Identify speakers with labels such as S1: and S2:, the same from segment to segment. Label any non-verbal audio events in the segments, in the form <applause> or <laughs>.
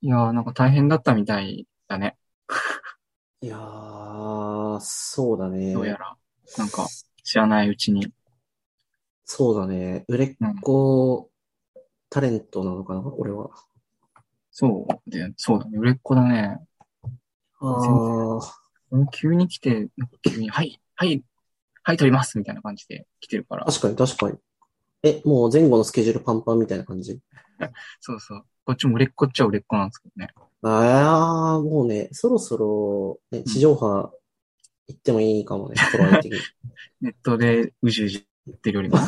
S1: いやー、なんか大変だったみたいだね。
S2: いやー、そうだね。
S1: どうやら。なんか、知らないうちに。
S2: そうだね。売れっ子タレントなのかな、俺は。
S1: そうで、そうだね。売れっ子だね。
S2: あ
S1: 全然
S2: ー、
S1: もう急に来て、なんか急に、はい、はい、はい、撮りますみたいな感じで来てるから。
S2: 確かに確かに。え、もう前後のスケジュールパンパンみたいな感じ
S1: そうそう。こっちも売れっ子っちゃ売れっ子なんですけどね。
S2: あー、もうね、そろそろ、ね、地上波行ってもいい
S1: <laughs>
S2: かもね、頃合い的に。 <laughs>
S1: ネットでうじうじ言ってるよりも。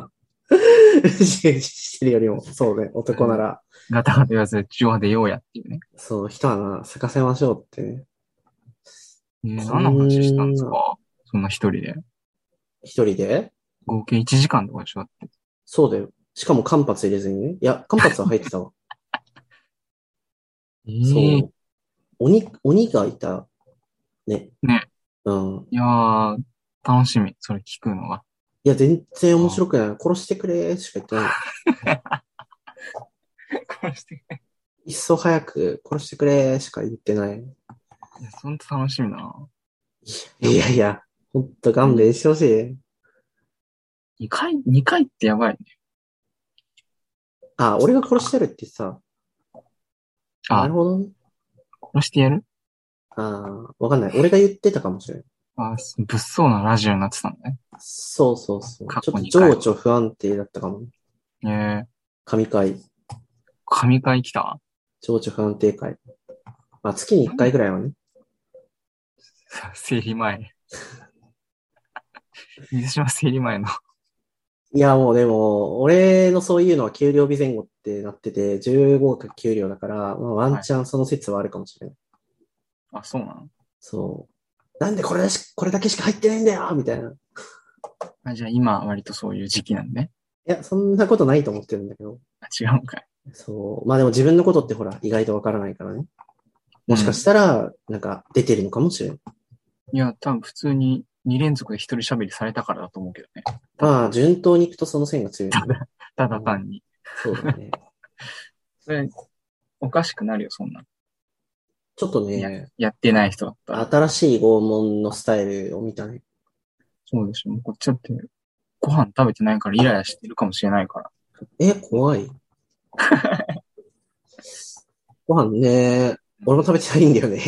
S2: うじうじしてるよりも、そうね、男なら、
S1: ガタガタ言わず、地上波でようやっていうね。
S2: そう、一花咲かせましょうってね。
S1: えー何の話したんですかそんな一人で。
S2: 一人で
S1: 合計1時間とかでしょだって。
S2: そうだよ。しかも間髪入れずにね。いや、間髪は入ってたわ。
S1: え
S2: そ
S1: ー
S2: う。鬼、鬼がいた。ね。
S1: ね。
S2: うん。
S1: いやー、楽しみ。それ聞くのが。
S2: いや、全然面白くない。殺してくれしか言ってない。
S1: こうして。
S2: いっそ早く殺してくれしか言ってない。
S1: いや、ほんと楽しみだな。
S2: いやいや、ほんと勘弁してほしい。
S1: 2回、二回ってやばいね。
S2: あ、俺が殺してるってさ。
S1: あ
S2: なるほどね。
S1: 殺してやる
S2: あーわかんない。俺が言ってたかもしれない。
S1: あす物騒なラジオになってたんだね。
S2: そうそうそう。
S1: 過去
S2: ちょっと
S1: に回
S2: 情緒不安定だったかも。
S1: ええ
S2: 神回。
S1: 神回来た <laughs>
S2: 情緒不安定回。まあ、月に1回ぐらいはね。
S1: 生理 <laughs> 前。水島生理前の。
S2: いや、もうでも、俺のそういうのは給料日前後ってなってて、15か給料だから、まあ、ワンチャンその説はあるかもしれない。
S1: あ、そうなの
S2: そう。なんでこれだし、これだけしか入ってないんだよみたいな。い
S1: あじゃあ今割とそういう時期なんで、ね。
S2: や、そんなことないと思ってるんだけど。
S1: あ違うのかい。
S2: そう。まあでも自分のことってほら、意外とわからないからね。 <laughs> もしかしたら、なんか出てるのかもしれない。
S1: いや、多分普通に2連続で一人喋りされたからだと思うけどね。
S2: まあ、順当に行くとその線
S1: <laughs>
S2: が強い。
S1: ただ単に。
S2: そうだね。
S1: それ、おかしくなるよ、そんな。
S2: ちょっと
S1: いや
S2: ね、
S1: やってない人だったら。
S2: 新しい拷問のスタイルを見たね。
S1: そうでしょ。もうこっちだって、ご飯食べてないからイライラしてるかもしれないから。
S2: え、怖い。ご飯ね、俺も食べてないんだよね。 <laughs>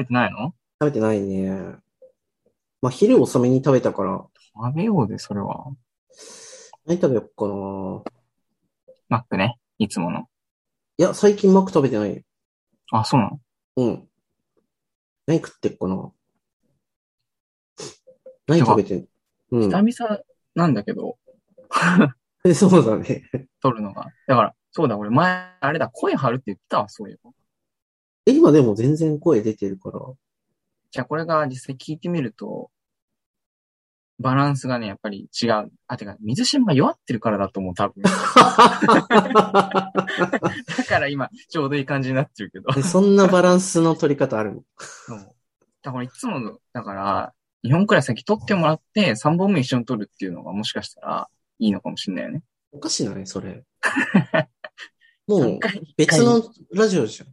S1: 食べてないの
S2: べてないね。まあ、昼遅めに食べたから、
S1: 食べようで、それは。
S2: 何食べよっかな。
S1: マックね。いつもの。
S2: いや、最近マック食べてないよ。
S1: あ、そうなの
S2: うん。何食ってっかな。何食べてんうん。
S1: 久々なんだけど、
S2: え <laughs> そうだね。
S1: 撮るのが。だから、そうだ、俺前、あれだ、声張るって言ってたわ、そういえば。
S2: え、今でも全然声出てるから。
S1: じゃあこれが実際聞いてみると、バランスがね、やっぱり違う。あ、てか、水島が弱ってるからだと思う、多
S2: <laughs>
S1: 分。だから今、ちょうどいい感じになってるけど。
S2: えそんなバランスの取り方あるの
S1: そう。だからいつもの、だから、2本くらい先取ってもらって、3本目一緒に取るっていうのがもしかしたらいいのかもしれないよね。
S2: おかしいなね、それ。もう
S1: 3、回に
S2: 別のラジオじゃ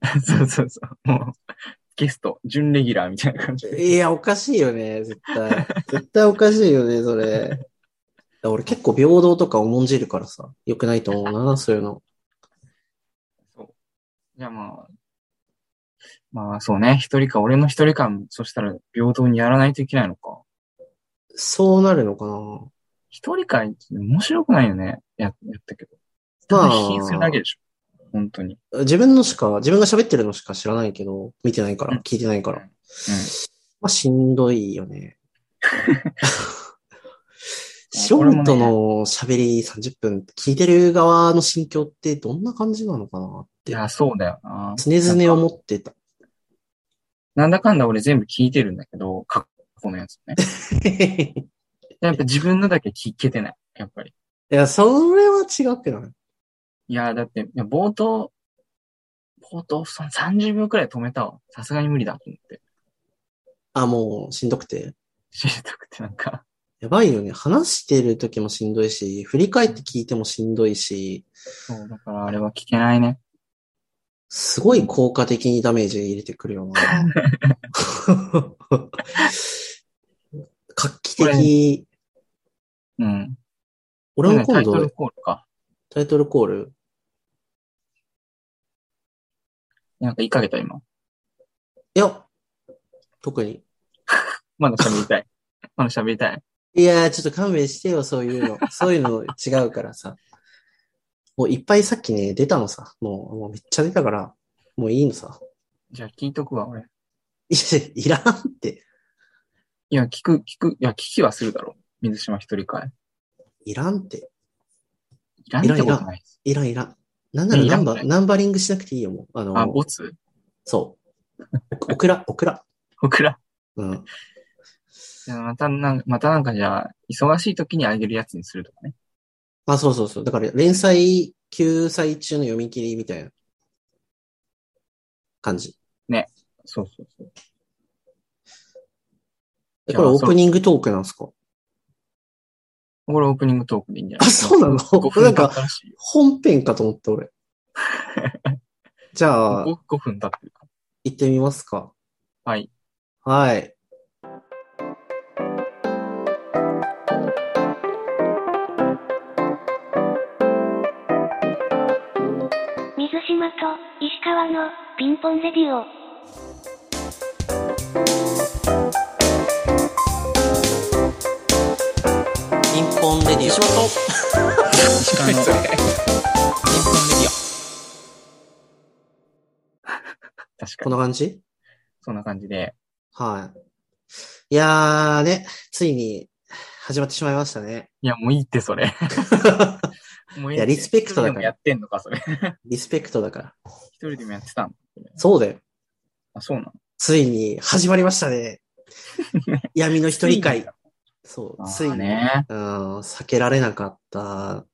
S1: <laughs> そうそうそう。もう、ゲスト、準レギュラーみたいな感じ
S2: ん。
S1: で。
S2: いや、おかしいよね、絶対。絶対おかしいよね、それ。俺結構平等とか重んじるからさ、良くないと思うな、そういうの。
S1: じゃあまあ、まあそうね、一人か、俺の一人か、そしたら平等にやらないといけないのか。
S2: そうなるのかな。
S1: 一人会面白くないよね、ややったけど。ただ否定するだけでしょ。本当に。
S2: 自分のしか、自分が喋ってるのしか知らないけど、見てないか
S1: う
S2: ら
S1: ん、
S2: 聞いてないから。
S1: うん
S2: まあ、しんどいよね。
S1: <laughs>
S2: 素
S1: 俺もね
S2: 人の喋り30分、聞いてる側の心境ってどんな感じなのかなっ
S1: い
S2: て、
S1: や、そうだよな。
S2: 常々思ってた。 <laughs>
S1: なんだかんだ俺全部聞いてるんだけど、過去のやつね。
S2: い
S1: やっぱ自分のだけ聞けてない。やっぱり。
S2: や、それは違くない
S1: いや、だって、いや冒頭、冒頭、その30秒くらい止めたわ。さすがに無理だと思って。
S2: あ、もう、しんどくて。
S1: 知りたくてなんか、
S2: やばいよね。話してる時もしんどいし、振り返って聞いてもしんどいし、
S1: そう、だからあれは聞けないね。
S2: すごい効果的にダメージ入れてくる
S1: <laughs>
S2: よな。画期的。
S1: うん。
S2: 俺
S1: タ
S2: も今
S1: イトル
S2: 度、
S1: コールか。
S2: タイトルコール。
S1: なんか言いかけた今。
S2: いや、特に。
S1: まだ喋り
S2: <laughs>
S1: たい。まだ喋りたい。
S2: いやー、ちょっと勘弁してよ、そういうの。そういうの違うからさ。もういっぱいさっきね、出たのさ。もう、もうめっちゃ出たから、もういいのさ。
S1: じゃあ聞いとくわ、俺。
S2: いや、いらんって。
S1: いや、聞く、聞く、いや、聞きはするだろう。水島一人会。
S2: いらんって。
S1: いらんってことないです。
S2: いらんいらん。なんなら
S1: いやい
S2: ナ
S1: らん
S2: ンバナンバリングしなくていいよ、もう。あの、
S1: あ、ボツ
S2: そう。オクラ、オクラ。
S1: 僕ら。
S2: うん。
S1: いやまたなん、またなんかじゃあ、忙しい時にあげるやつにするとかね。
S2: まあそうそうそう。だから連載、救済中の読み切りみたいな感じ。
S1: そうそうそう。
S2: え、
S1: い
S2: これ
S1: や
S2: オープニングトークなんですか
S1: これオープニングトークでいいんじゃな
S2: あ、
S1: い
S2: そうなの
S1: 5
S2: な
S1: 分
S2: ん
S1: 経っ
S2: か
S1: たらしいよ。
S2: 本編かと思っ
S1: <laughs>
S2: た俺。じゃあ、
S1: 5, 5分経ってるか
S2: 行ってみますか。
S1: ら。はい。
S2: はい。
S3: 水島と石川のピンポンレディオ。
S1: 石川の <laughs> ピンポ
S2: ピンポンレディオ。
S1: ンレディオ。確
S2: こ
S1: かに。
S2: んな感じ
S1: そんな感じで。
S2: はい。いやーね、ついに始まってしまいましたね。 <laughs>
S1: いや、もういいって、それ。もうい
S2: いやリスペクトだ
S1: 一人で
S2: から
S1: もやってんのか、それ。
S2: リスペクトだから。
S1: 一人でもやってたの。
S2: そうだよ。
S1: あ、そうなの。
S2: ついに始まりまし
S1: <laughs>
S2: たね。闇の一人
S1: つい
S2: 会
S1: に。
S2: そ
S1: あ
S2: う、
S1: ー
S2: ついに。
S1: ね。
S2: うん、避けられなかった。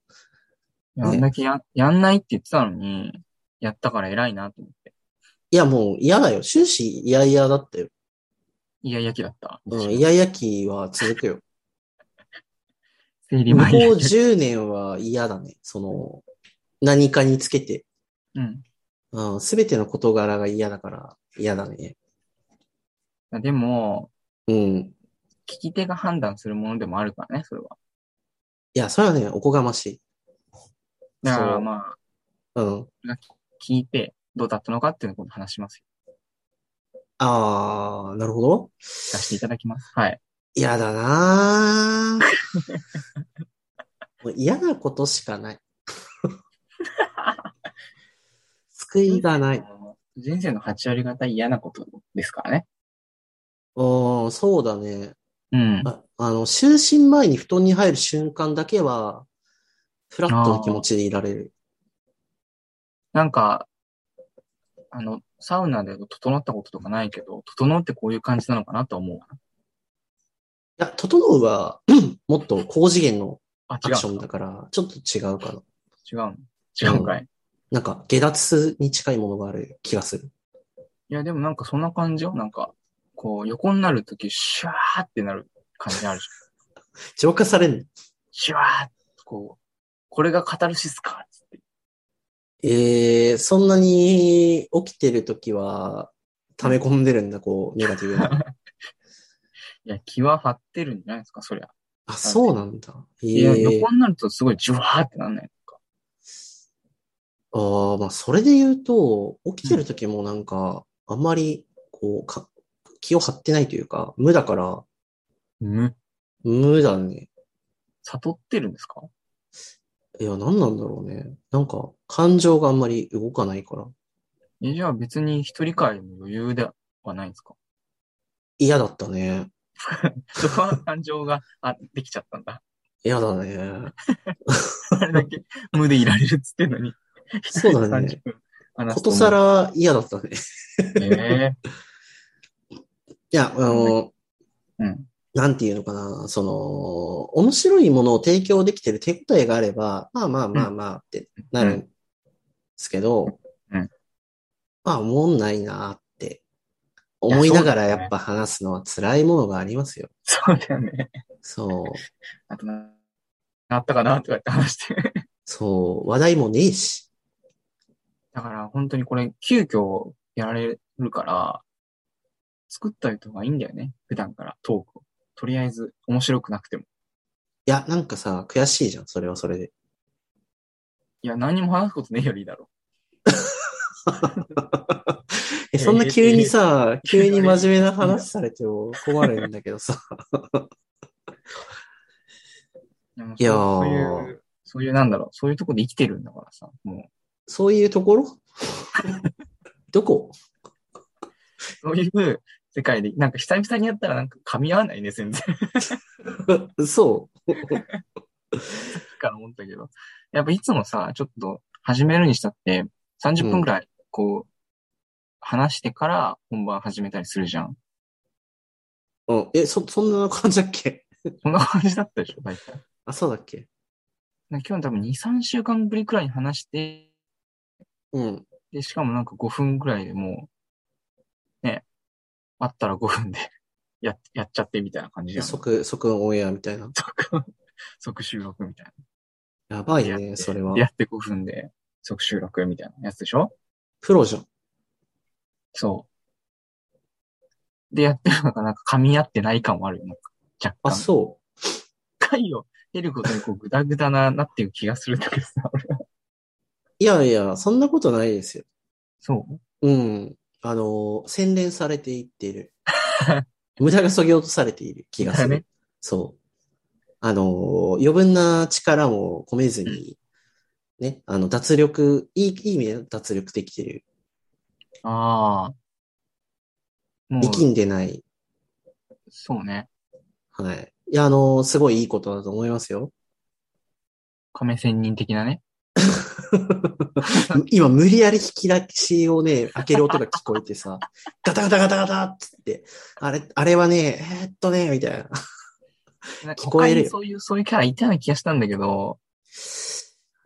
S1: いやあんだけややんないって言ってたのに、やったから偉いなと思って。
S2: いや、もう嫌だよ。終始嫌々だったよ。
S1: いやいやきだった。
S2: うん、嫌々期は続くよ。
S1: 生理
S2: 向こ
S1: 前
S2: う
S1: に。
S2: 10年は嫌だね。その、何かにつけて。
S1: うん。
S2: うん、すべての事柄が嫌だから嫌だね。
S1: でも、
S2: うん。
S1: 聞き手が判断するものでもあるからね、それは。
S2: いや、それはね、おこがましい。
S1: だか
S2: そ
S1: ら
S2: う
S1: まあ、
S2: うん。
S1: 聞いて、どうだったのかっていうのを今度話しますよ。
S2: あー、なるほど。
S1: 出していただきます。はい。
S2: 嫌だなーもう嫌なことしかない。 <laughs> 救いがない。
S1: 人生の8割方嫌なことですからね。
S2: うん、そうだね。
S1: うん。
S2: ああの、就寝前に布団に入る瞬間だけは、フラットな気持ちでいられる。
S1: なんか、あの、サウナで整ったこととかないけど、整ってこういう感じなのかなとは思う。
S2: いや、整うは、 <clears throat> もっと高次元の
S1: あ、
S2: ア
S1: 違
S2: クショ
S1: う
S2: ンだから、ちょっと違うかな。
S1: の。違うの。違うんかい。
S2: なんか、下脱に近いものがある気がする。
S1: いや、でもなんかそんな感じよ。なんか、こう、横になるとき、シュワーってなる感じある
S2: <laughs>
S1: じゃん。
S2: 浄化されんの
S1: シュワーって、こう、これがカタルシスか、つって。
S2: ええー、そんなに起きてるときは、溜め込んでるんだ、こう、ネガティ
S1: <laughs>
S2: ブな。
S1: いや、気は張ってるんじゃないですか、そりゃ。
S2: あ、そうなんだ。え
S1: いや、
S2: えー。
S1: 横になるとすごいジュワーってなんないのか。
S2: ああ、まあ、それで言うと、起きてるときもなんか、あんまり、こう、か、気を張ってないというか、無だから、
S1: む、
S2: 無だね。
S1: 悟ってるんですか
S2: いや、何なんだろうね。なんか、感情があんまり動かないから、
S1: え、じゃあ別に一人会の余裕ではないんですか <laughs>
S2: 嫌だったね。
S1: そこは感情が、あ、できちゃったんだ。 <laughs>
S2: 嫌だね。
S1: あれだけ無でいられるっつってんのに。
S2: そうだね
S1: 30分 <laughs> 話
S2: こ
S1: すと
S2: と
S1: 思う
S2: さ。ら嫌だったね。
S1: え
S2: いや、あの、
S1: えうん。
S2: なんていうのかな、その、面白いものを提供できてる手応えがあれば、まあまあまあまあってなるんですけど、
S1: うんうん
S2: まあ、おもんないなって思いながらやっぱ話すのは辛いものがありますよ。
S1: そうだよね。
S2: そう。
S1: あとな、なったかなとかって話して。 <laughs>
S2: そう。話題もねえし。
S1: だから本当にこれ急遽やられるから、作ったりとかいいんだよね。普段からトークを。とりあえず面白くなくても。
S2: いや、なんかさ、悔しいじゃん。それは
S1: <laughs>
S2: それで。
S1: いや、何にも話すことねえよりいいだろ。
S2: え、そんな急にさ、急に真面目な話されても困るんだけどさ。
S1: いやもう
S2: いやー
S1: そういう、そういうなんだろう、そういうとこで生きてるんだからさ、も
S2: そういうところ <laughs> どこ
S1: う、そういう世界で、なんか久々にやったらなんか噛み合わないね、全然。
S2: そ
S1: から思ったけど。やっぱいつもさ、ちょっと始めるにしたって、30分くらい、こう、話してから本番始めたりするじゃん。
S2: う。うん。え、そ、そんな感じだっけ
S1: そんな感じだったでしょ、大体。
S2: あ、そうだっけ
S1: なんか今日多分2、3週間ぶりくらいに話して、
S2: うん。
S1: で、しかもなんか5分くらいでもう、ね、あったら5分で <laughs> や、やっちゃってみたいな感じじゃん。
S2: 即、即オンエアみたいな。
S1: 即、 <laughs> 即収録みたい
S2: やばい
S1: やっ
S2: ね、それ
S1: な。
S2: は
S1: で。やって5分で即収録みたいなやつでしょ
S2: プロじゃん。
S1: そう。で、やってるのがなんか噛み合ってない感もあるよ。なんか若
S2: あ、
S1: 干。
S2: そ
S1: 回を経ることにこうグダグダな、なっていう気がするんだけどさ、俺は。
S2: う。いやいや、そんなことないですよ。
S1: そう
S2: うん。あの、洗練されていっている。
S1: <laughs>
S2: 無駄が削ぎ落とされている気がす
S1: だ
S2: る。
S1: ね
S2: そう。あの、余分な力も込めずに、ね、あの、脱力、いい、いい意味で脱力できている。
S1: ああ。も
S2: 力
S1: う、
S2: んでない。
S1: そうね。
S2: はい。いや、あの、すごいいいことだと思いますよ。
S1: 亀仙人的なね。
S2: <laughs> 今、無理やり引き出しをね、開ける音が聞こえてさ、ガタガタガタガタっつって、あれ、あれはね、えーっとね、みたいな。
S1: なんか
S2: 聞こえるよ
S1: 他にそういう、そういうキャラいたような気がしたんだけど、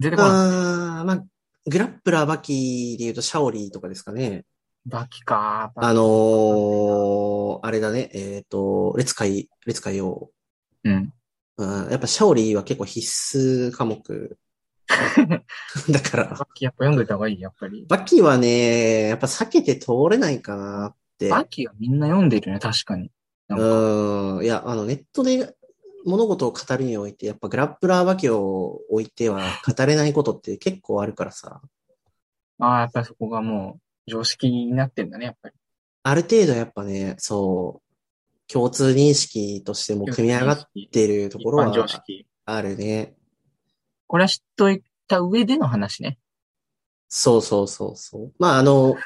S1: 出てこない。
S2: あーまあ、グラップラーバキで言うとシャオリーとかですかね。
S1: バキか。
S2: あのー、あれだね、えっ、と、列海、列海王。
S1: うん。
S2: うん、やっぱシャオリーは結構必須科目。だから、
S1: バキやっぱ読んどいた方がいい、やっぱり。
S2: バキはね、やっぱ避けて通れないかなって。
S1: バキはみんな読んでるね、確かに。なんか
S2: うん、いや、あの、ネットで物事を語るにおいて、やっぱグラップラーバキを置いては語れないことって結構あるからさ。
S1: ああ、やっぱりそこがもう常識になってんだね、やっぱり。
S2: ある程度やっぱね、そう、共通認識としても組み上がっ
S1: 一
S2: てるところ
S1: 般常
S2: は
S1: 識。
S2: あるね。
S1: これは知っといた上での話ね。
S2: そうそうそうそう。まあ、あ
S1: <laughs>
S2: の、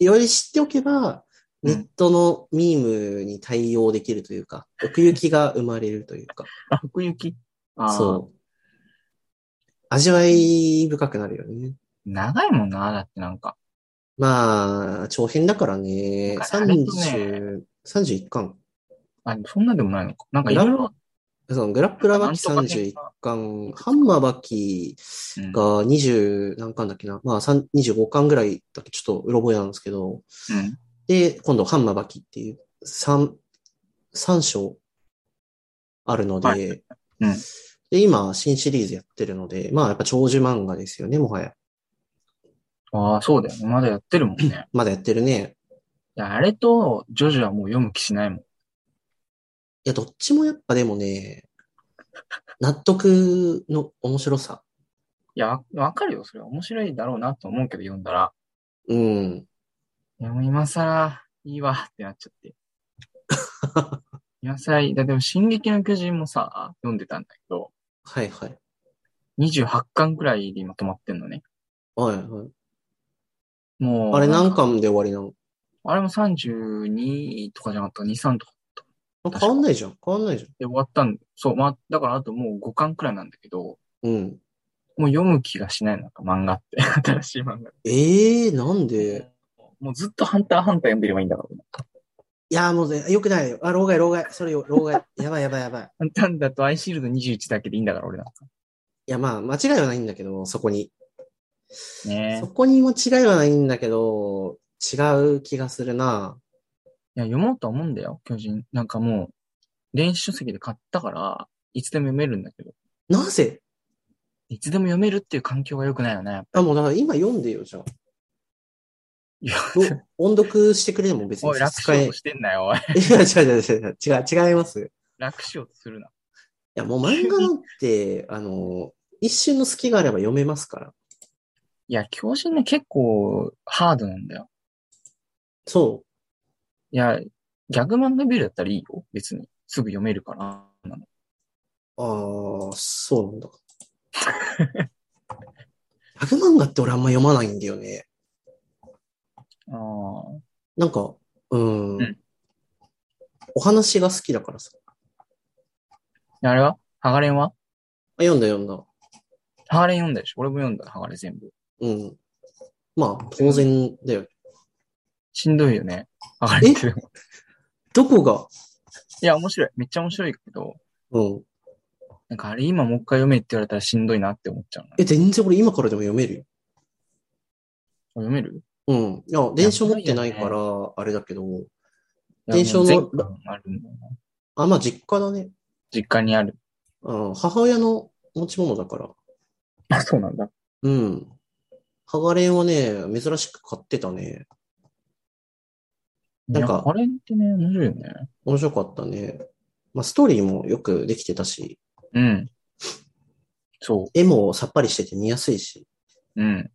S2: より知っておけば、
S1: う
S2: ネ
S1: ん
S2: ットのミームに対応できるというか、奥行きが生まれるというか、
S1: あ奥行き。ああ
S2: そう。味わい深くなるよね。
S1: 長いもんな、だってなんか。
S2: まあ、長編だからね、
S1: あれと
S2: 30、31巻。
S1: あ、そんなでもないのか。なんかいろいろ。
S2: そのグラップラーバキ
S1: なんとかね
S2: 31巻、ハンマーバキ
S1: うん
S2: が20何巻だっけな、まあ3 25巻ぐらいだっけ、ちょっとうろ覚えなんですけど、
S1: うん
S2: で、今度ハンマーバキっていう3、三章あるので、
S1: はいうん
S2: で、今新シリーズやってるので、まあやっぱ長寿漫画ですよね、もはや。
S1: ああ、そうだよね。まだやってるもんね。 <laughs>
S2: まだやってるね。
S1: いやあれと、ジョジョはもう読む気しないもん。
S2: いや、どっちもやっぱでもね、納得の面白さ。
S1: いや、わわかるよ。それは面白いだろうなと思うけど、読んだら。
S2: うん。
S1: いや、もう今更、いいわってなっちゃ <laughs> って。今更いい。だでも、進撃の巨人もさ、読んでたんだけど、
S2: はいはい。
S1: 28巻くらいで今止まってんのね。
S2: はいはい。
S1: もう、
S2: あれ何巻で終わりなの
S1: あれも32とかじゃなかった、2、3とか
S2: あ変わんないじゃん。変わんないじ
S1: で終わったんそう、まあ、だからあともう5巻くらいなんだけど、も
S2: ゃん。うん。
S1: う読む気がしないのなんか漫画って。 <laughs> 新しい漫画っ
S2: ええなん
S1: て
S2: で。
S1: もうずっとハンターハンター読んでればいいんだから。
S2: いや、もうね、よくないよ。あ、老害、老害。それよ、老害。 <laughs> やばい、やばい、やばい。
S1: ハンターハンターとアイシールド21だけでいいんだから、俺なんか。
S2: いや、まあ、間違いはないんだけど、そこに。
S1: ね
S2: そこに間違いはないんだけど、違う気がするな。
S1: や、読もうとは思うんだよ、巨人。なんかもう、電子書籍で買ったから、いつでも読めるんだけど、
S2: なぜ
S1: いつでも読めるっていう環境が良くないよね。
S2: あ、もうだから今読んでよ、じゃあ。
S1: いや
S2: お音読してくれても別に
S1: おい、楽し
S2: 使
S1: よう
S2: え
S1: と。してんなよ、おい。 <laughs>
S2: いや、違う違う違う違う。違う、違いますよ。い
S1: 楽しようとするな。
S2: や、もう漫画なん <laughs> て、あの、一瞬の隙があれば読めますから。
S1: いや、巨人ね、結構、ハードなんだよ。
S2: そ
S1: いや、ギャグ漫画ビルだったらいいよ、別に。すぐ読めるから。なの
S2: う。ああ、そう <laughs> なんだ。ギャグ漫画って俺あんま読まないんだよね。
S1: ああ。
S2: なんか、うん。
S1: うん
S2: お話が好きだからさ。
S1: であれはハガレンは
S2: あ読んだ読んだ。
S1: ハガレン読んだでしょ俺も読んだ、ハガレン全部。
S2: うん。まあ、当然だよ。
S1: しんどいよね。ハガレンってでも。
S2: どこが、
S1: いや、面白い。めっちゃ面白いけど、
S2: うん。
S1: なんかあれ今もう一回読めって言われたらしんどいなって思っちゃうな。
S2: え、全然俺今からでも読めるよ。
S1: 読める
S2: うん。いや、電子書持ってないから、あれだけど、電車の
S1: いやもう全巻あるんだよな
S2: あ、まあ実家だね。
S1: 実家にある。
S2: うん、母親の持ち物だから。
S1: あ、そうなんだ。
S2: うん。ハガレンはね、珍しく買ってたね。なんか
S1: いやハガレンってね、面白いよね。
S2: 面白かったね。まあストーリーもよくできてたし、
S1: うん。そ
S2: 絵もさっぱりしてて見やすいし、
S1: う。うん。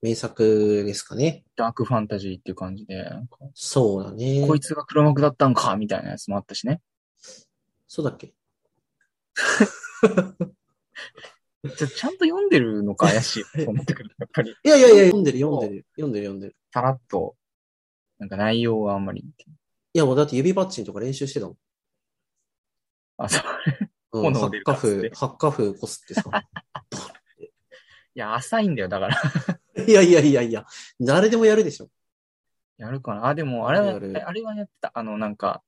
S2: 名作ですかね。
S1: ダークファンタジーっていう感じで、なんか
S2: そうだね。
S1: こいつが黒幕だったんか、みたいなやつもあったしね。
S2: そうだっけ
S1: ちょちゃんと読んでるのか怪
S2: <laughs>
S1: しいなと思ってくる。やっぱり、
S2: いやいやいや、読んでる読んでる。読んでる読んでる。
S1: さらっと、なんか内容はあんまり。
S2: いやもうだって指パッチンとか練習してたもん。
S1: あ、そう。
S2: うん、
S1: 炎
S2: ハ
S1: 出
S2: ッ
S1: るから
S2: カ
S1: っつっ
S2: フ
S1: て、
S2: ハッカフこすってさ。 <laughs>
S1: いや、浅いんだよ、だから。
S2: いやいやいやいや、誰でもやるでしょ。
S1: やるかなあ、でも、あれは、
S2: やるやる
S1: あれはやってた。あの、なんか、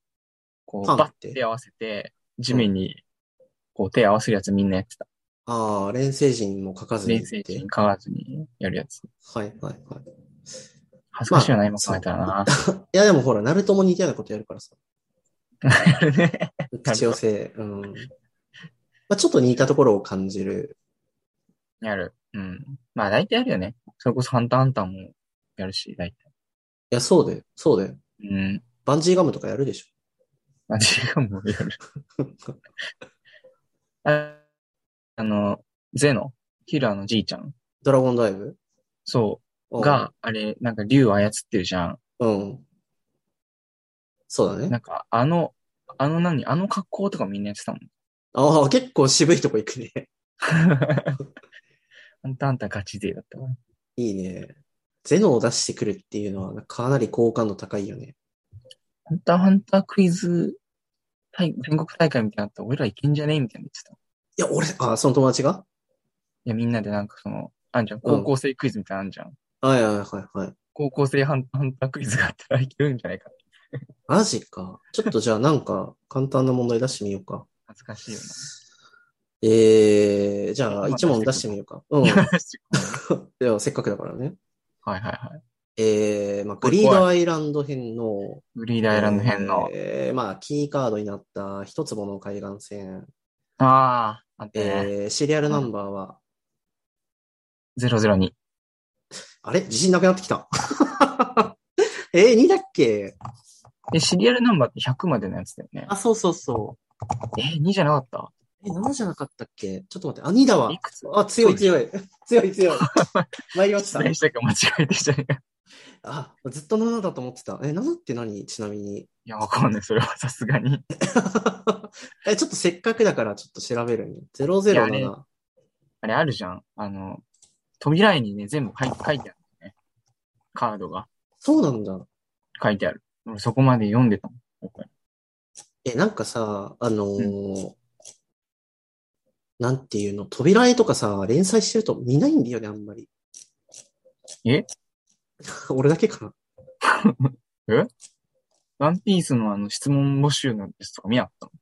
S1: こう、
S2: パン
S1: バッ
S2: って
S1: て手合わせて、地面に、こう、手合わせるやつみんなやってた。
S2: ああ、練成陣も書かずにっ
S1: 練
S2: て。
S1: 成人かわずにやるやつ。
S2: はいはいはい。
S1: 恥ずかしいよな、
S2: まあ
S1: 今考えたらな。
S2: いやでもほら、ナルトも似たようなことやるからさ。
S1: やるね。
S2: 口寄せ。うん。まあ、ちょっと似たところを感じる。
S1: <laughs> やる。うん。まあ、大体やるよね。それこそ、ハンターハンターもやるし、大体。
S2: いや、そうだよ。そうだよ。
S1: うん。
S2: バンジーガムとかやるでし
S1: マジかもやる。
S2: ょ。
S1: <laughs> ああの、ゼノ、ヒラーのじいちゃん。
S2: ドラゴンダイブ
S1: そ
S2: うん
S1: う。が、あれ、なんか竜を操ってるじゃん。
S2: うん。そうだ
S1: な
S2: ね。
S1: んか、あの、あの何、あの格好とかみんなやってたもん。 <laughs>
S2: ああ、結構渋いとこ行くね。 <laughs>
S1: あんたあんたガチ勢だったわ。
S2: いいね。ゼノを出してくるっていうのはかなり好感度高いよね。
S1: ハンターハンタークイズ大、全国大会みたいになったら俺らいけんじゃねえみたいな言ってた。い
S2: いや、俺、あ、その友達が
S1: や、みんなでなんかその、あんじゃん、高校生クイズみたいなのあんじゃん。
S2: はいはいはいはい。
S1: 高校生ハンターハンタークイズがあったらいけるんじゃないか。
S2: マジか。ちょっとじゃあなんか簡単な問題出してみようか。
S1: 恥ずかしいよ
S2: えー、じゃあ一問出してみようか。
S1: <laughs>
S2: うん。
S1: な。
S2: ではせっかくだからね。
S1: はいはいはい。
S2: えー、まあ、グリードアイランド編の、
S1: グリーダーイランド編の。
S2: えー、まあ、キーカードになった一坪の海岸線、
S1: ああ、あってね。
S2: えー、シリアルナンバーは、
S1: 002。
S2: あれ自信なくなってきた。 <laughs> えー、2だっけ
S1: で、シリアルナンバーって100までのやつだよね。
S2: あ、そうそうそ
S1: え、2じゃなかった
S2: う。え、7じゃなかったっけちょっと待って、あ、2だわ
S1: い。くつ
S2: あ、強い強い。強
S1: <laughs>
S2: い <laughs> 強い。参りました。
S1: 何したか間違えてき <laughs> たね。
S2: あ、ずっと7だと思ってた。え、7って何ちなみに。 <laughs>
S1: いや、わかんない。それはさすがに。
S2: え、ちょっとせっかくだからちょっと調べるね。
S1: いや
S2: 007。
S1: ねあれあるじゃん。あの、扉絵にね、全部書い書いてあるね。カードが
S2: そうなんだ。
S1: 書いてある。俺そこまで読んでたもん。やっぱり
S2: え、なんかさ、あのーなんていうの、扉絵とかさ、連載してると見ないんだよね、あんまり。
S1: え
S2: <laughs> 俺だけかな。
S1: えワンピースのあの質問募集のやつとか見なかったの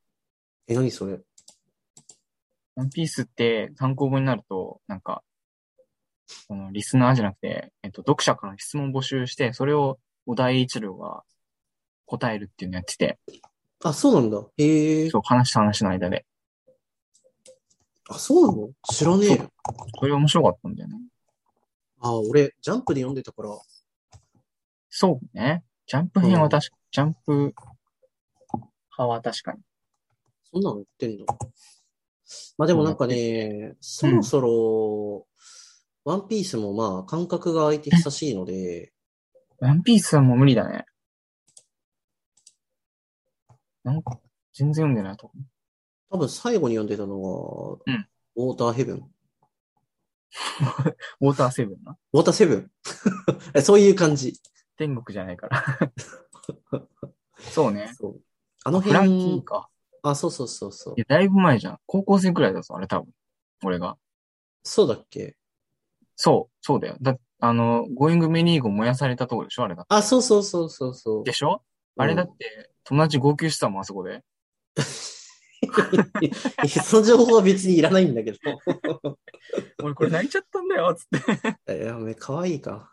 S2: え、何それ。
S1: ワンピースって単行本になると、なんか、このリスナーじゃなくて、えっと、読者からの質問を募集して、それを小田栄一郎が答えるっていうのやってて、
S2: あ、そうなんだ。へえ。
S1: そう、話と話の間で。
S2: あ、そうなの知らねえよ。
S1: これ面白かったんだよね。
S2: あ、俺、ジャンプで読んでたから。
S1: そうね。ジャンプ編は確か、ジャンプ派は確かに。
S2: そんなの言ってんのまあでもなんかね、そろそろ、ワンピースもまあ間隔が空いて久しいので、
S1: ワンピースはもう無理だね。なんか、全然読んでないと思う。
S2: 多分最後に読んでたのは
S1: うん、
S2: ウォーターヘブン。
S1: ウォーターセブンな。
S2: ウォーターセブン <laughs> えそういう感じ。
S1: 天国じゃない
S2: <laughs>
S1: から。そうね。
S2: そうあの
S1: フランキー
S2: 辺、
S1: か。
S2: あ、そうそうそうそう
S1: い。や、だいぶ前じゃん。高校生くらいだぞ、あれ多分。俺が。
S2: そうだっけ
S1: そう、そうだよ。だ、あの、ゴーイングメニーゴ燃やされたとこでしょ、あれだ。
S2: あ、そうそうそうそうそう。
S1: でしょあれだ
S2: <laughs>
S1: って、友達号泣してたもん、あそこで。
S2: うんその情報は別にいらないんだけど。 <laughs>
S1: 俺これ泣いちゃったんだよ、つって。
S2: いや、め、可愛いか。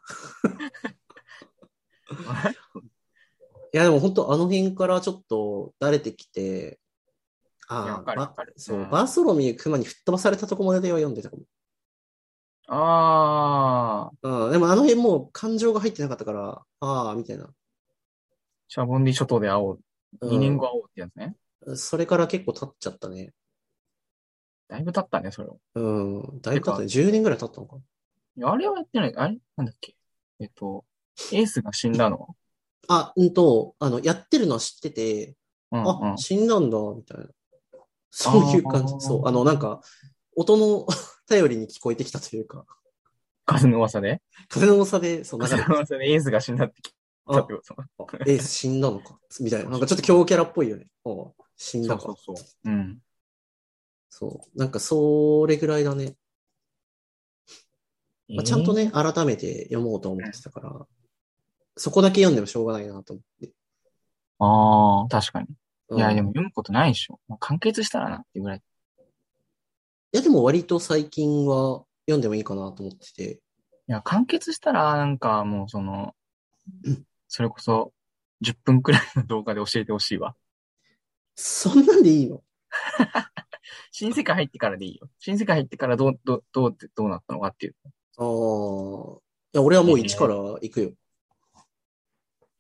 S2: いや、でも本当あの辺からちょっと、だれてきて、
S1: いや
S2: あ
S1: わ
S2: あ、
S1: かる
S2: ば
S1: わかる
S2: そうう、
S1: ん
S2: バーソロミュー熊に吹っ飛ばされたとこまでは読んでたかも。
S1: <laughs> あー、
S2: うん、でもあの辺もう感情が入ってなかったから、ああ、みたいな。
S1: シャボンディ諸島で会おう。
S2: うん
S1: 2年後会おうってやつね。
S2: それから結構経っちゃったね。
S1: だいぶ経ったね、それを。
S2: うん、だいぶ経ったね。10年ぐらい経ったのか。
S1: いやあれはやってない。あれなんだっけえっと、エースが死んだの
S2: あ、うんと、あの、やってるのは知ってて、
S1: うんうん。
S2: あ、死んだんだ、みたいな。そういう感じ
S1: あ。ー
S2: そう。あの、なんか、音の <laughs> 頼りに聞こえてきたというか、
S1: 風の噂で
S2: 風の重さで、そう、流
S1: 風
S2: れ
S1: の
S2: てきた
S1: 噂でエースが死んだって聞いた
S2: あ
S1: って、こと。
S2: エース死んだのか、みたいな。なんかちょっと強キャラっぽいよね。あ死んだか。そう
S1: そうそう。うん。
S2: なんか、それぐらいだね。まあ、ちゃんと
S1: ね。
S2: ね、改めて読もうと思ってたから、そこだけ読んでもしょうがないなと思って。
S1: ああ、確かに。
S2: うん
S1: いや、でも読むことないでしょ。まあ、完結したらなっていうぐらい。
S2: いやでも割と最近は読んでもいいかなと思ってて。
S1: いや、完結したら、なんかもうその、それこそ、10分くらいの動画で教えてほしいわ。 <laughs>
S2: そんなんでいいの
S1: 新世界入ってからでいいよ。新世界入ってからどう、どう、どうって、どうなったのかっていう。
S2: ああ。いや、俺はもう一から行くよ。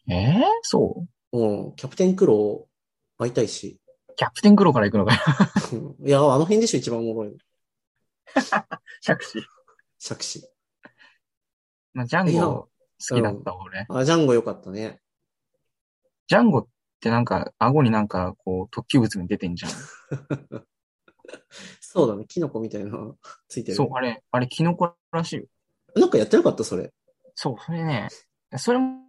S1: ええそ
S2: うん。キャプテンクロウ会いたいし。 <laughs>
S1: うキャプテンクローから行くのかよ。 <laughs>
S2: うんいや、あの辺でしょ、一番おもろいの。
S1: 釈子。
S2: 作詞。
S1: まあ、ジャン
S2: いや
S1: ゴ好きだったわ俺。
S2: あ、ジャンゴよかったね。
S1: ジャンゴってなんか、顎になんか、こう、突起物に出てんじゃん。
S2: そうだね、キノコみたいなの <laughs> ついてる。
S1: そう、あれ、あれ、キノコらしいよ。
S2: なんかやってなかった、それ。
S1: そう、それね、それも、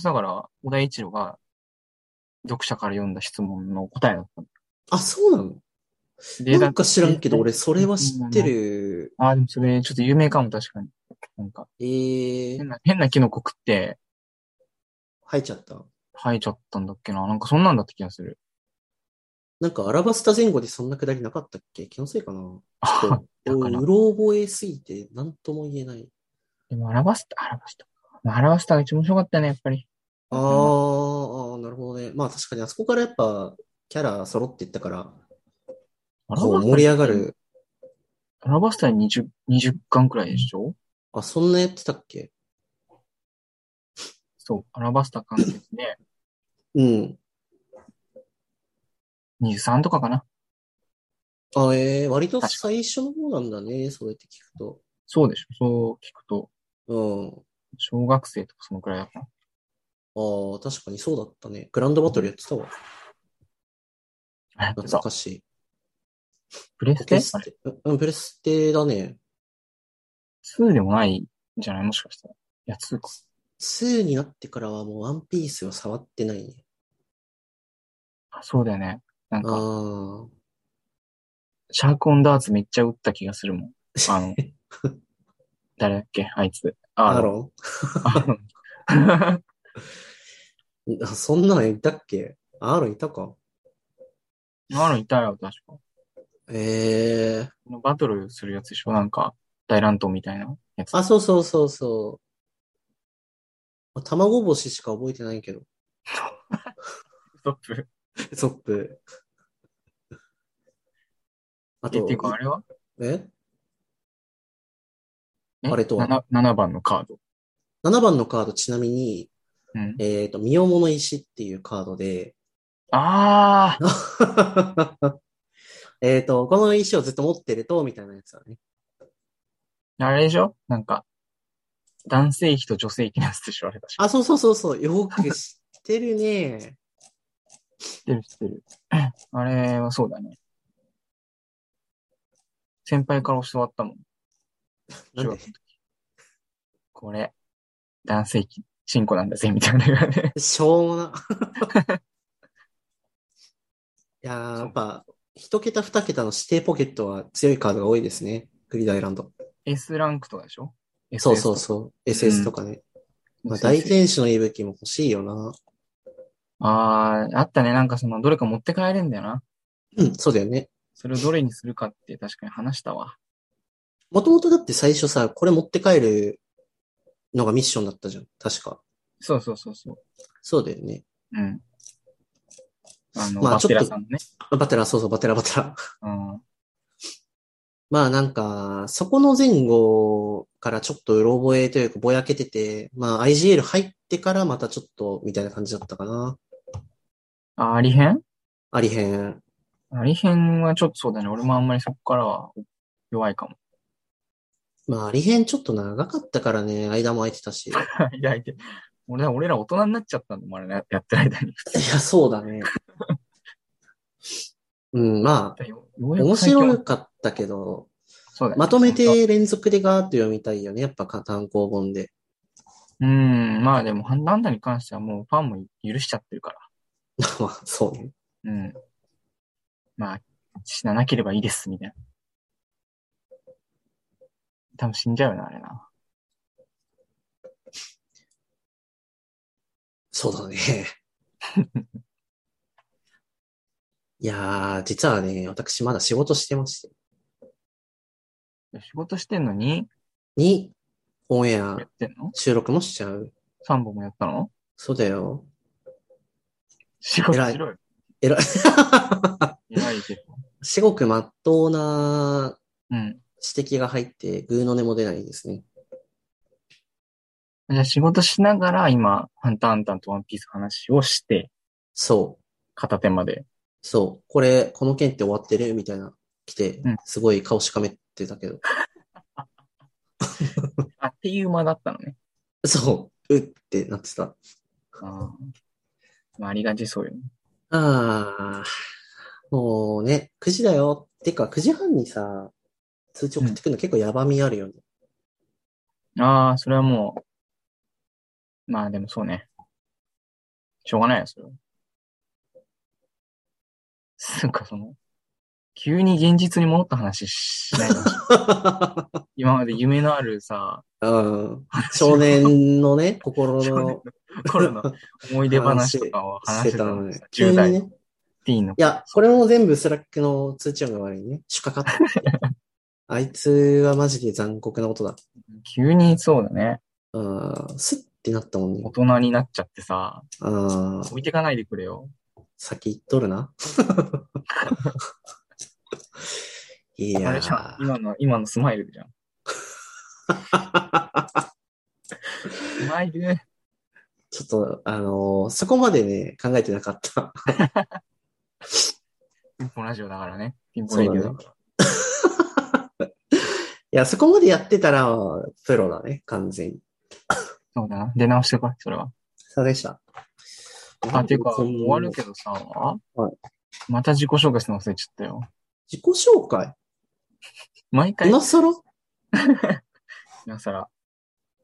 S1: だから、小田一郎が、読者から読んだ質問の答えだったん
S2: あ、そうなの
S1: で。で
S2: なんか知らんけど、
S1: だ
S2: 俺、それは知ってる。
S1: あ、でもそれ、ちょっと有名かも、確かに。なんか、
S2: ええ
S1: 変な、変なキノコ食って、
S2: 入っちゃった。
S1: 生えちゃったんだっけな。なんかそんなんだった気がする。
S2: なんか、アラバスタ前後でそんなくだりなかったっけ気のせいかなちょっと、
S1: <laughs> だから
S2: うろ覚えすぎて、なんとも言えない。
S1: でも、アラバスタ、アラバスタ。まあアラバスタが一番面白かったね、やっぱり。
S2: あーあー、なるほどね。まあ確かにあそこからやっぱキャラ揃っていったから、
S1: アラ
S2: こう
S1: バスタ
S2: 盛り上がる。
S1: アラバスタに 20, 20巻くらいでしょ
S2: あ、そんなやってたっけ
S1: そう、アラバスタ完結で、
S2: うん。
S1: 23とかかな。
S2: あ、えー、割と
S1: 確
S2: 最初の方なんだね。そうやって聞くと。
S1: そうでしょそう聞くと、
S2: うん。
S1: 小学生とかそのくらいだった。
S2: ああ、確かにそうだったね。グランドバトルやってたわ。
S1: あれ
S2: 懐かしい。
S1: プレ
S2: プ
S1: ス
S2: レ
S1: テ
S2: ステ、うん、プレステだね。
S1: ?2 でもないんじゃないもしかしたら。いや、2か。
S2: 2になってからはもうワンピースは触ってないね。
S1: あそうだよね。なん
S2: あ
S1: か、
S2: あ。
S1: シャークオンダーツめっちゃ打った気がするも
S2: <laughs>
S1: ん。あの、誰だっけあい
S2: <laughs>
S1: つ。あ
S2: ア
S1: あ
S2: ロ
S1: <laughs> の
S2: ンあ、 <laughs> そんなのいたっけアーロンいたか
S1: あの、いたよ、確か。
S2: ええー。
S1: このバトルするやつでしょなんか、大乱闘みたいなやつ。
S2: あ、そうそうそうそう。まあ卵星しか覚えてないけど。
S1: ストップ。
S2: ソップ。あ
S1: え、
S2: と
S1: て、いうか、あれは
S2: え
S1: え
S2: あれとは
S1: 7, 7番のカード。
S2: ?7 番のカードちなみに、
S1: うん。
S2: えっ、と、身重の石っていうカードで、 <laughs>
S1: ああ
S2: えっと、この石をずっと持ってると、みたいなやつだね。
S1: あれでしょなんか、男性比と女性比のやつでしょあれ確か。
S2: あ、そうそうそうそう、よく知って
S1: <laughs>
S2: るね。
S1: 知ってる知ってる。あれはそうだね。先輩から教わったもん。
S2: なんで
S1: これ、男性器、チンコなんだぜ、みたいなのがね。 <laughs>
S2: しょうもな。いやーやっぱ、一桁二桁の指定ポケットは強いカードが多いですね。グリーンアイランド。
S1: S ランクとかでしょ
S2: そうそうそう。SS とかね。
S1: う
S2: まあ、大天使の息吹も欲しいよな。
S1: ああ、あったね。なんかその、どれか持って帰れんだよな。
S2: うん、そうだよね。
S1: それをどれにするかって確かに話したわ。
S2: もともとだって最初さ、これ持って帰るのがミッションだったじゃん。確か。
S1: そうそうそうそう。
S2: そうだよね。
S1: うん。あの、
S2: まあ
S1: バッテラ
S2: ちょっと
S1: さんのね。
S2: バテラ、そうそう、バテラバテラ。
S1: うん。
S2: まあなんか、そこの前後からちょっとうろ覚えというかぼやけてて、まあ IGL 入ってからまたちょっとみたいな感じだったかな。
S1: あ、アリ編
S2: ありへん。
S1: アリ編はちょっとそうだね。俺もあんまりそこからは弱いかも。
S2: まあありへんちょっと長かったからね、間も空いてたし。い
S1: いや、いや俺ら、俺ら大人になっちゃったんだもん、あれね、やってる間に。
S2: や、そうだね。うん、まあ、
S1: ようや
S2: 面
S1: く最強
S2: 白かったけど、
S1: そうだね
S2: まとめて連続でガーッと読みたいよね。やっぱ単行本で。 <laughs>
S1: うん、まあでも、ハンダンダに関してはもうファンも許しちゃってるか
S2: まあ、そうね。
S1: ら。うん。まあ、死ななければいいです、みたいな。多分死んじゃうよな、あれな。
S2: そうだね。 <laughs> いやー、実はね、私まだ仕事してまして。
S1: 仕事してんのに、
S2: に、オンエア
S1: やってんの
S2: 収録もしちゃう。
S1: ?3 本もやったの
S2: そうだよ。
S1: 仕事しろよ。
S2: えらい。 <laughs>
S1: 偉いけど。
S2: 至極真っ当な
S1: うん。
S2: 指摘が入って、グーの音も出ないですね。
S1: じゃあ仕事しながら、今、ハンターハンターとワンピースの話をして、
S2: そう。
S1: 片手まで。
S2: そう。これ、この件って終わってるみたいな、来て
S1: うん、
S2: すごい顔しかめてたけど。
S1: あっていう間だったのね。
S2: そう。うってなってた。
S1: あまあ、ありがちそうよね。
S2: ああ、もうね、9時だよ。てか、9時半にさ、通知送ってくるの結構やばみあるよね。 <laughs>
S1: ああ、それはもう、まあでもそうね。しょうがないですよ。そうか、その、急に現実に戻った話し
S2: <laughs>
S1: ないでほしい今まで夢のあるさ、
S2: うん、少年のね、心
S1: 少年
S2: の
S1: 頃の思い出話とかを
S2: し
S1: 話してて
S2: <laughs> た
S1: た
S2: の
S1: の
S2: ね
S1: さ。、
S2: 急
S1: 10
S2: に
S1: 代
S2: ね。
S1: ティーンの
S2: い。や、これも全部スラックの通知音が悪いね。主
S1: <laughs>
S2: かかった。あいつはマジで残酷な音だ。
S1: 急にそうだね。
S2: うん、スッってなったもんね
S1: 大。人になっちゃってさ、
S2: ああ、
S1: 置いてかないでくれよ。
S2: 先行っと
S1: <laughs>
S2: るな。い
S1: あ
S2: や
S1: れじゃん
S2: ー。
S1: 今の、今のスマイルじゃん。
S2: <laughs>
S1: スマイル。
S2: ちょっと、あのーそこまでね、考えてなかった。 <laughs>
S1: ピンポンラジオだからね。ピンポンレディオだから。
S2: いや、そこまでやってたら、プロだね、完全に。
S1: そうだな。出直してこい、それは。
S2: そうでした。
S1: あ、ていうか、
S2: こんな
S1: 終わるけどさ、
S2: はい
S1: また自己紹介するの忘れちゃったよ。
S2: 自己紹介
S1: 毎回、
S2: 今更
S1: 今さら、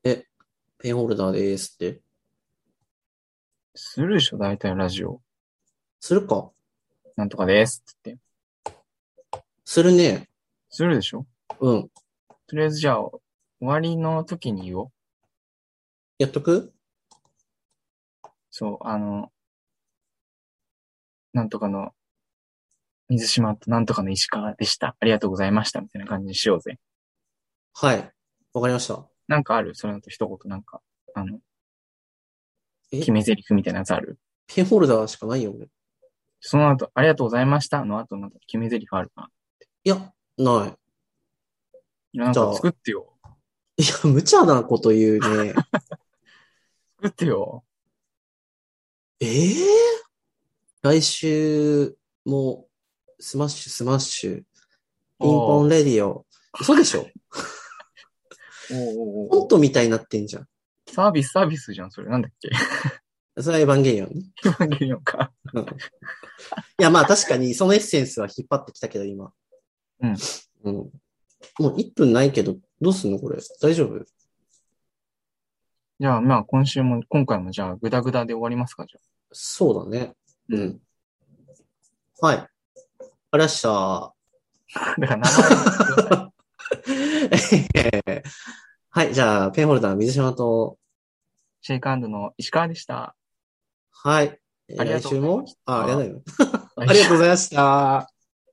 S2: え、ペンホルダーですって。
S1: するでしょ、大体ラジオ。
S2: するか
S1: なんとかですって言って。
S2: するね。
S1: するでしょ
S2: うん。
S1: とりあえずじゃあ、終わりの時に言おう。
S2: やっとく
S1: そう、あの、なんとかの、水島となんとかの石川でした。ありがとうございました。みたいな感じにしようぜ。
S2: はい。わかりました。
S1: なんかあるそれだと一言なんか、あの、
S2: え
S1: 決め台詞みたいなやつある
S2: ペンホルダーしかないよ、俺。い
S1: その後、ありがとうございましたの後、なんか決め台詞あるかな。
S2: や、ない
S1: や、なん
S2: じゃ
S1: か
S2: あ
S1: 作ってよ。
S2: い。いや、無茶なこと言うね。
S1: 作ってよ。
S2: ええ来週も、スマッシュ、スマッシュ、ピンポンレディオ。嘘でしょ
S1: おうおうおう
S2: コントみたいになってんじゃん。
S1: サービス、サービスじゃん、それ。なんだっけ <laughs>
S2: それはエヴァンゲリオンね。
S1: エヴァンゲリオンか。
S2: うんいや、まあ確かにそのエッセンスは引っ張ってきたけど、今。
S1: うん。
S2: うん。もう1分ないけど、どうすんのこれ。大丈夫
S1: じゃあ、まあ、今週も、今回もじゃあ、グダグダで終わりますか、じゃ
S2: そうだね。
S1: う
S2: うんん。はい。ありがとうございました。
S1: あ。だから、名前言ってください。
S2: <laughs>
S1: <laughs>
S2: はい、じゃあ、ペンホルダーの水島と、
S1: シェイクアンドの石川でした。
S2: はい。えー
S1: ありがとうございま
S2: 来週もあ、やだよ。
S1: あ
S2: ありがとうございました。